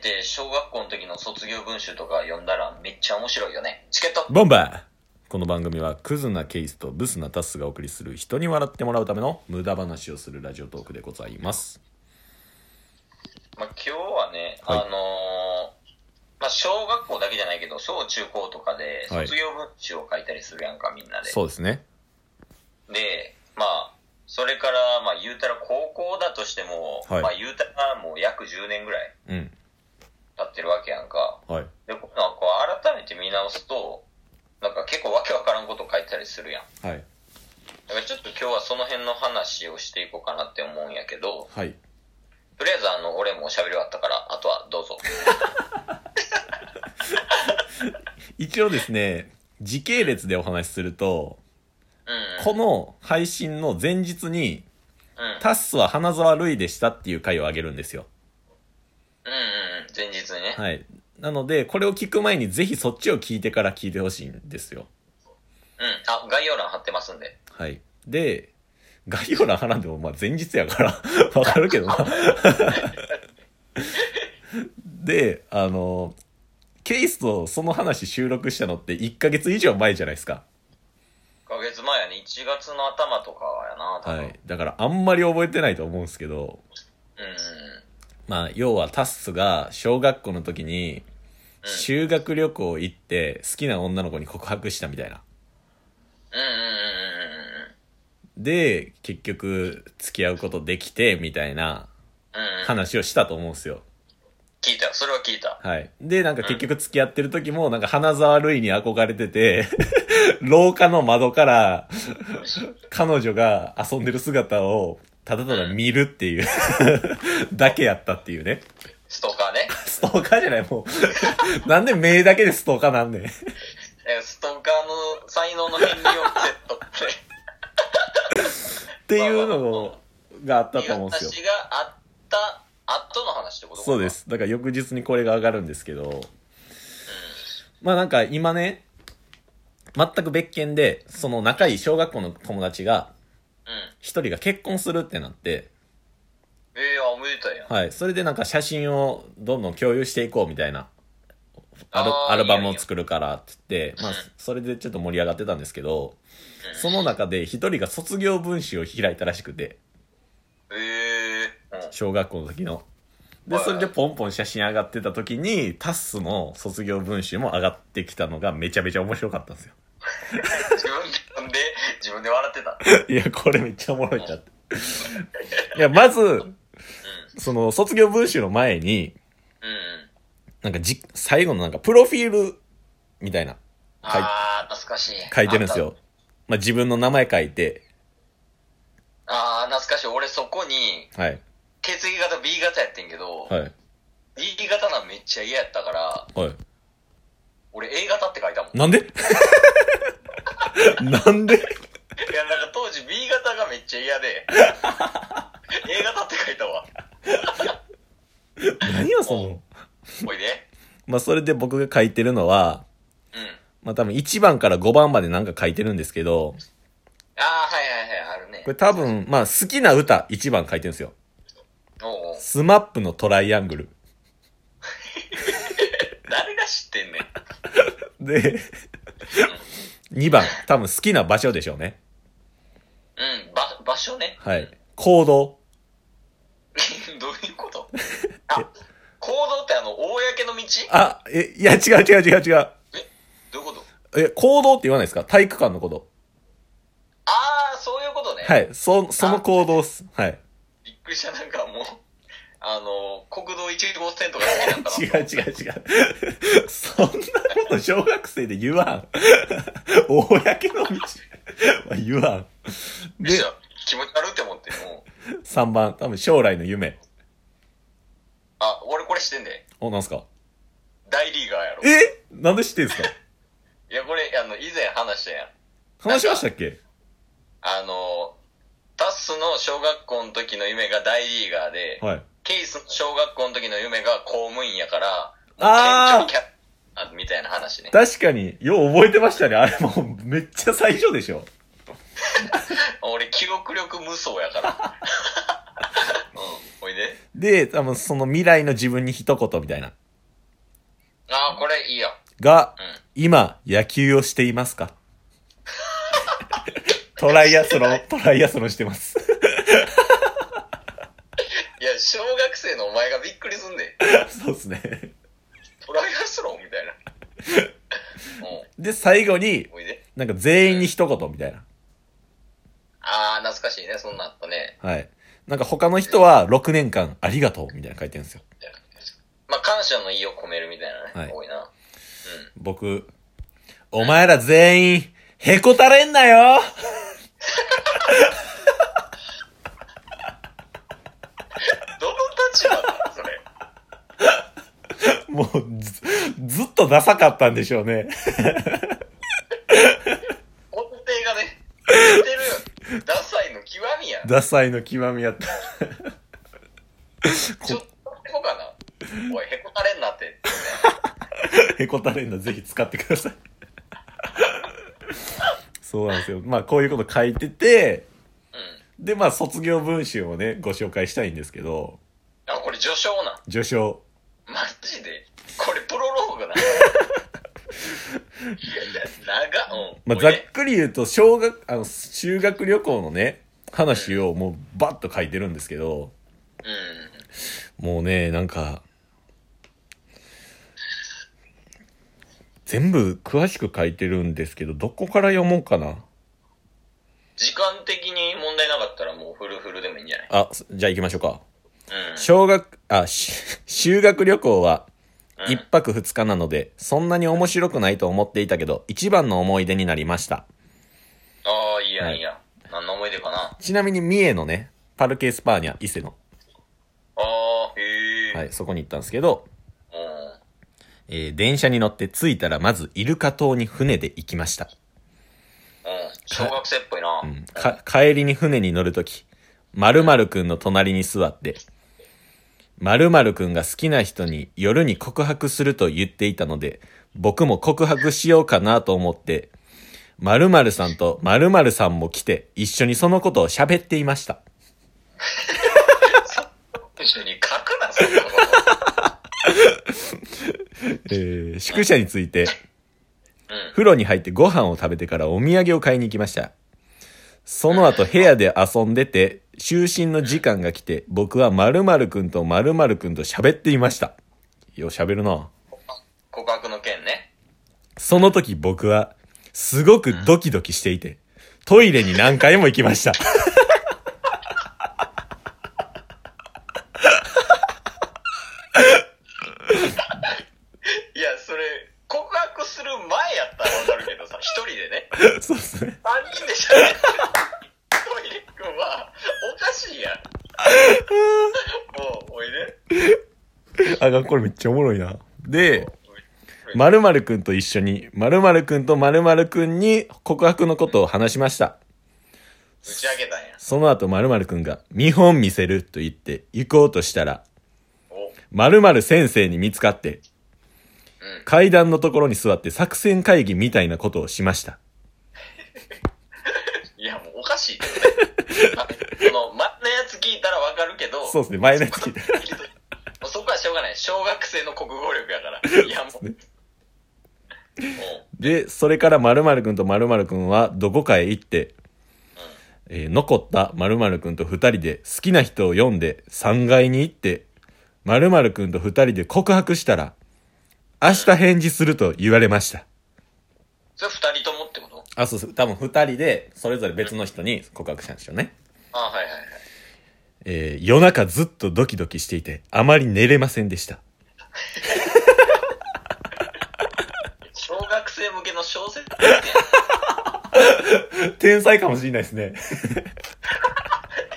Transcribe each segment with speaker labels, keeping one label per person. Speaker 1: て小学校の時の卒業文集とか読んだらめっちゃ面白いよね。チケット
Speaker 2: ボンバーこの番組はクズなケイスとブスなタスがお送りする人に笑ってもらうための無駄話をするラジオトークでございます
Speaker 1: まあ、今日はね、
Speaker 2: はい
Speaker 1: あのーまあ、小学校だけじゃないけど、小中高とかで
Speaker 2: はい
Speaker 1: 卒業文集を書いたりするやんか、みんなで。
Speaker 2: そうですね
Speaker 1: で、まあ、それから、まあ、言うたら高校だとしても、
Speaker 2: はい
Speaker 1: まあ、言うたらもう約10年ぐらい
Speaker 2: うん
Speaker 1: 経ってるわけやんか。
Speaker 2: はい
Speaker 1: で、こうなんか改めて見直すと、なんか結構わけわからんこと書いてたりするやん。
Speaker 2: はい
Speaker 1: だからちょっと今日はその辺の話をしていこうかなって思うんやけど、
Speaker 2: はい
Speaker 1: とりあえずあの、俺も喋り終わったから、あとはどうぞ。
Speaker 2: 一応ですね時系列でお話しすると
Speaker 1: うんうん。
Speaker 2: この配信の前日に
Speaker 1: うん。
Speaker 2: タッスは花沢類でしたっていう回をあげるんですよ
Speaker 1: うんうんうん、前日にね。
Speaker 2: はいなのでこれを聞く前にぜひそっちを聞いてから聞いてほしいんですよ
Speaker 1: うん、あ、概要欄貼ってますんで。
Speaker 2: はいで概要欄貼らんでもまあ前日やから わかるけどなであのケイスとその話収録したのって1ヶ月以上前じゃないですか
Speaker 1: 1ヶ月前やね、1月の頭とかやな、多分。
Speaker 2: は
Speaker 1: うん
Speaker 2: いだからあんまり覚えてないと思うんですけどまあ要はタッスが小学校の時に修学旅行行って好きな女の子に告白したみたいな
Speaker 1: うんうんうんうん
Speaker 2: で結局付き合うことできてみたいな
Speaker 1: うんうん。うんうん。
Speaker 2: 話をしたと思うんですよ
Speaker 1: 聞いた、それは聞い た。
Speaker 2: はい。で、なんか結局付き合ってる時も、なんか花沢類に憧れてて、 廊下の窓から、彼女が遊んでる姿を、ただただ見るっていう、 だけやったっていうね。
Speaker 1: ストーカーね。
Speaker 2: ストーカーじゃない、もう。 なんで目だけでストーカーなんねん。
Speaker 1: えストーカーの才能の変りをセットって。
Speaker 2: っていうのがあったと思うんですよ。
Speaker 1: 私があった、後の話ってことか
Speaker 2: そうで。す。だから翌日にこれが上がるんですけど、まあなんか今ね、全く別件で、その仲いい小学校の友達が、
Speaker 1: うん。
Speaker 2: 一人が結婚するってなって、
Speaker 1: ええー、あ、おめでたいやん。
Speaker 2: はい。それでなんか写真をどんどん共有していこうみたいな、アル
Speaker 1: あー
Speaker 2: アルバ
Speaker 1: いい
Speaker 2: ム
Speaker 1: よ
Speaker 2: を作るからって言って、まあ、それでちょっと盛り上がってたんですけど、
Speaker 1: うん
Speaker 2: その中で一人が卒業文集を開いたらしくて、
Speaker 1: ええー。うん。
Speaker 2: 小学校の時の。で、
Speaker 1: はい
Speaker 2: それでポンポン写真上がってた時に、タッスの卒業文集も上がってきたのがめちゃめちゃ面白かったんですよ。
Speaker 1: 自分で、自分で笑ってた。
Speaker 2: いや、これめっちゃおもろいなって。いや、まず、その卒業文集の前に、
Speaker 1: うんうん。
Speaker 2: なんかじ、最後のなんか、プロフィール、みたいな、はい
Speaker 1: あー、懐かしい。
Speaker 2: 書いてるんですよ。まあ、自分の名前書いて、
Speaker 1: あった。あー、懐かしい。俺そこに、
Speaker 2: はい、
Speaker 1: 血液型 B 型やってんけど、
Speaker 2: はい、
Speaker 1: B 型なんめっちゃ嫌やったから、
Speaker 2: は
Speaker 1: 俺 A 型って書いたもん。
Speaker 2: い。
Speaker 1: い
Speaker 2: なんでなんで
Speaker 1: や、なんか当時 B 型がめっちゃ嫌 で、A 型って書いたわ。
Speaker 2: 何よ、その。
Speaker 1: おいで。
Speaker 2: まあ、それで僕が書いてるのは、
Speaker 1: うん。
Speaker 2: まあ、多分1番から5番までなんか書いてるんですけど、
Speaker 1: あー、はいはいはい、あるね
Speaker 2: こ。れ多分、まあ、好きな歌1番書いてるんですよ。
Speaker 1: おうおう
Speaker 2: スマップのトライアングル。
Speaker 1: 誰が知ってんねん。
Speaker 2: で、2番、多分好きな場所でしょうね。
Speaker 1: うん、ば、場所ね。
Speaker 2: はい。行動。
Speaker 1: どういうこと あ、行動ってあの、公の道
Speaker 2: あ、え、いや、違う違う違
Speaker 1: どういう
Speaker 2: う違う。
Speaker 1: こと
Speaker 2: え、行動って言わないですか体育館のこと。
Speaker 1: あー、そういうことね。
Speaker 2: はい。そ、その行動っす。はい。
Speaker 1: びっくりした、なんかもう、あの、国道1号線とか好きなんだな。
Speaker 2: 違う違う違う。そんなこと小学生で言わん。 公の道。まあ言わん。
Speaker 1: で
Speaker 2: で、、
Speaker 1: 気持ち悪いって思って、もう。
Speaker 2: 3番、多分将来の夢。
Speaker 1: あ、俺これしてんで。
Speaker 2: お、なんすか
Speaker 1: 大リーガーやろ。い
Speaker 2: えなんで知ってんすか
Speaker 1: や、これ、あの、以前話したやん。
Speaker 2: 話しましたっけ
Speaker 1: あの、タッスの小学校の時の夢が大リーガーで、
Speaker 2: はい。
Speaker 1: ケイスの小学校の時の夢が公務員やから、
Speaker 2: あー
Speaker 1: 県庁キャあみたいな話ね。
Speaker 2: 確かに、よう覚えてましたね。あれもうめっちゃ最初でしょ。
Speaker 1: 俺、記憶力無双やから。うん、おほいで。
Speaker 2: で、多分その未来の自分に一言みたいな。
Speaker 1: ああ、これいいよ。
Speaker 2: が、
Speaker 1: うん。
Speaker 2: 今、野球をしていますか トライアスロン、トライアスロンしてます。
Speaker 1: いや、小学生のお前がびっくりすんで。
Speaker 2: そうですね。
Speaker 1: トライアスロンみ たいな。う
Speaker 2: で、最後に
Speaker 1: ん、、おいで。
Speaker 2: なんか全員に一言みたいな。
Speaker 1: ああ、懐かしいね、そんなんあったね。
Speaker 2: はい。なんか他の人は6年間ありがとうみたいなの書いてるんですよ。
Speaker 1: まあ、感謝の意を込めるみたいなね、
Speaker 2: はい
Speaker 1: 多いな。
Speaker 2: 僕、お前ら全員、へこたれんなよ
Speaker 1: どの立場だそれ。
Speaker 2: もうず、ずっとダサかったんでしょうね。
Speaker 1: 音程がね、似てるよ。ダサいの極みや。
Speaker 2: ダサいの極みやった。
Speaker 1: ちょっとへこかな。おい、へこたれんなって。
Speaker 2: へこたれんな、ぜひ使ってください。 そうなんですよ。まあ、こういうこと書いてて、
Speaker 1: うん。
Speaker 2: で、まあ、卒業文集をね、ご紹介したいんですけど、
Speaker 1: あ、これ序章なん。
Speaker 2: 序章。
Speaker 1: マジでこれプロローグな。長っ。うん。
Speaker 2: まあ、ざ
Speaker 1: おい
Speaker 2: っ
Speaker 1: で
Speaker 2: くり言うと、小学、あの、修学旅行のね、話をもうバッと書いてるんですけど、
Speaker 1: うん。
Speaker 2: もうね、なんか、全部詳しく書いてるんですけど、どこから読もうかな。
Speaker 1: 時間的に問題なかったらもうフルフルでもいいんじゃない
Speaker 2: あ、じゃあ行きましょうか。
Speaker 1: うん。
Speaker 2: 小学、あ、し修学旅行は
Speaker 1: うん
Speaker 2: 一泊二日なので、そんなに面白くないと思っていたけど、一番の思い出になりました。
Speaker 1: ああ、いいや
Speaker 2: はい
Speaker 1: いいや。何の思い出かな。あ
Speaker 2: ちなみに三重のね、パルケースパーニャ、伊勢の、
Speaker 1: あー、へえ。
Speaker 2: はい、そこに行ったんですけど、
Speaker 1: うん。
Speaker 2: えー電車に乗って着いたらまずイルカ島に船で行きました。
Speaker 1: うん。小学生っぽいな。
Speaker 2: うんか、帰りに船に乗るとき、〇〇くんの隣に座って、〇〇くんが好きな人に夜に告白すると言っていたので、僕も告白しようかなと思って、〇〇さんと〇〇さんも来て、一緒にそのことを喋っていました。
Speaker 1: 一緒に書くな、そんなこと。
Speaker 2: えー宿舎について、
Speaker 1: うん。
Speaker 2: 風呂に入ってご飯を食べてからお土産を買いに行きました。その後部屋で遊んでて、就寝の時間が来て、僕は〇〇くんと〇〇くんと喋っていました。よう喋るな。
Speaker 1: 告白の件ね。
Speaker 2: その時僕は、すごくドキドキしていて、トイレに何回も行きました。
Speaker 1: いや、それ、告白する前やったらわかるけどさ、一人でね。
Speaker 2: そうですね。
Speaker 1: 三人で喋ってる。トイレ君は、おかしいやん。もう、おいで。
Speaker 2: あが、これめっちゃおもろいな。で、
Speaker 1: おい
Speaker 2: 〇〇くんと一緒に、〇〇くんと〇〇くんに告白のことを話しました。
Speaker 1: 打ち上げたんや。
Speaker 2: その後、〇〇くんが、見本見せると言って、行こうとしたら、
Speaker 1: お、
Speaker 2: 〇〇先生に見つかって、
Speaker 1: うん
Speaker 2: 階段のところに座って作戦会議みたいなことをしました。
Speaker 1: いや、もうおかしいけど ね。あその、前のやつ聞いたらわかるけど、
Speaker 2: そうですね、前のやつ聞いた。
Speaker 1: もう そこはしょうがない。小学生の国語力やから。いや、もう。
Speaker 2: ね
Speaker 1: も
Speaker 2: で、それから〇〇くんと〇〇くんはどこかへ行って、えー残った〇〇くんと二人で好きな人を読んで3階に行って、〇〇くんと二人で告白したら、明日返事すると言われました。
Speaker 1: うそれ二人ともってこと
Speaker 2: あ、そうそう、多分二人でそれぞれ別の人に告白したんですよね。
Speaker 1: あ、はいはいはい。
Speaker 2: えー夜中ずっとドキドキしていて、あまり寝れませんでした。
Speaker 1: 小学生向けの小説
Speaker 2: 天才かもしれないですね。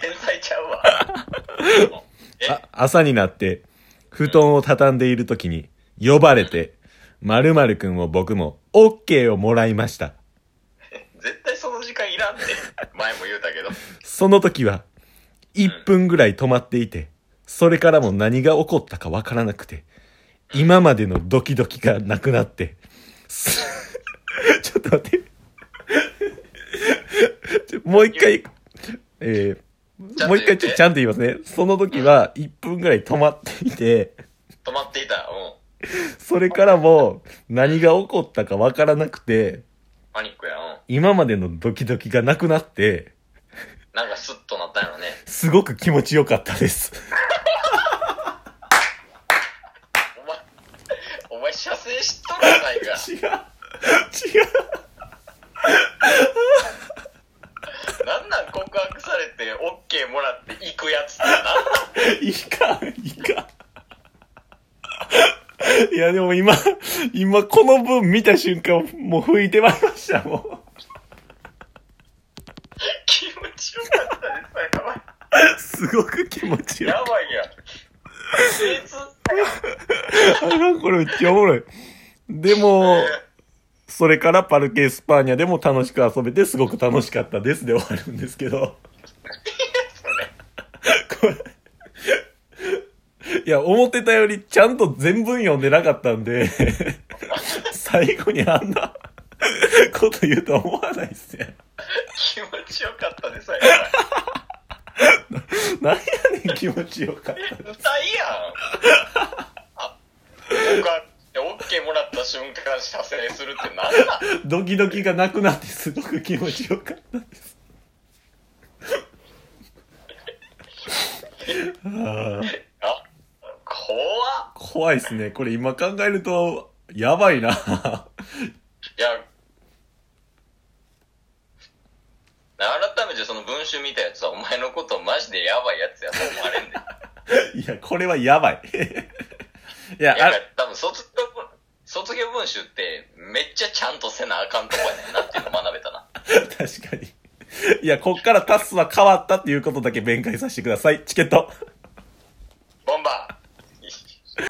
Speaker 1: 天才ちゃうわ。え、
Speaker 2: あ朝になって、布団を畳んでいる時に、呼ばれて、〇〇くんを僕も、オッケーをもらいました。
Speaker 1: 絶対その時間いらんって。前も言うたけど。
Speaker 2: その時は、1分ぐらい止まっていて、それからも何が起こったかわからなくて、今までのドキドキがなくなって、すちょっと待って。ちょもう一回、えー、
Speaker 1: ちゃんと言って
Speaker 2: もう一回ちょちゃんと言いますね。その時は1分ぐらい止まっていて、
Speaker 1: 止まっていた。うん。
Speaker 2: それからも何が起こったかわからなくて、
Speaker 1: パニックや。うん。
Speaker 2: 今までのドキドキがなくなって、
Speaker 1: なんかスッとなったんやろね。
Speaker 2: すごく気持ちよかったです。
Speaker 1: お前、お前、射精しとるやないか。
Speaker 2: 違う。違う。
Speaker 1: なんなん告白されて、オッケーもらって行くやつってなんなん
Speaker 2: いかん、いかん。いや、でも今、今この文見た瞬間、もう吹いてまいりました、も
Speaker 1: 気持ちよかったです。やばい。
Speaker 2: う。すごく気持ちよ
Speaker 1: やばいやん。別
Speaker 2: い。あら、これめっちゃおもろい。でも、それからパルケ・エスパーニャでも楽しく遊べて、すごく楽しかったですで終わるんですけど。
Speaker 1: それ。
Speaker 2: これ。 いや、思ってたよりちゃんと全文読んでなかったんで、 最後にあんな こと言うとは思わないっすね。
Speaker 1: 気持ちよかったです。や
Speaker 2: なんやねん気持ちよかっ
Speaker 1: ばい。歌いやん。あ、告白してオッケーもらった瞬間射精するってなんなん
Speaker 2: た。ドキドキがなくなってすごく気持ちよかったです。あー
Speaker 1: あ、怖っ。
Speaker 2: 怖いっすね。これ今考えると、やばいな。
Speaker 1: いや、改めてその文集見たやつはお前のことマジでやばいやつやと思われんで。
Speaker 2: いや、これはやばい。いや、
Speaker 1: いや
Speaker 2: あ、
Speaker 1: 多分卒業文、卒業文集ってめっちゃちゃんとせなあかんとこやねんなっていうの学べたな。
Speaker 2: 確かに。いや、こっからタスは変わったっていうことだけ弁解させてください。チケット。
Speaker 1: ボンバー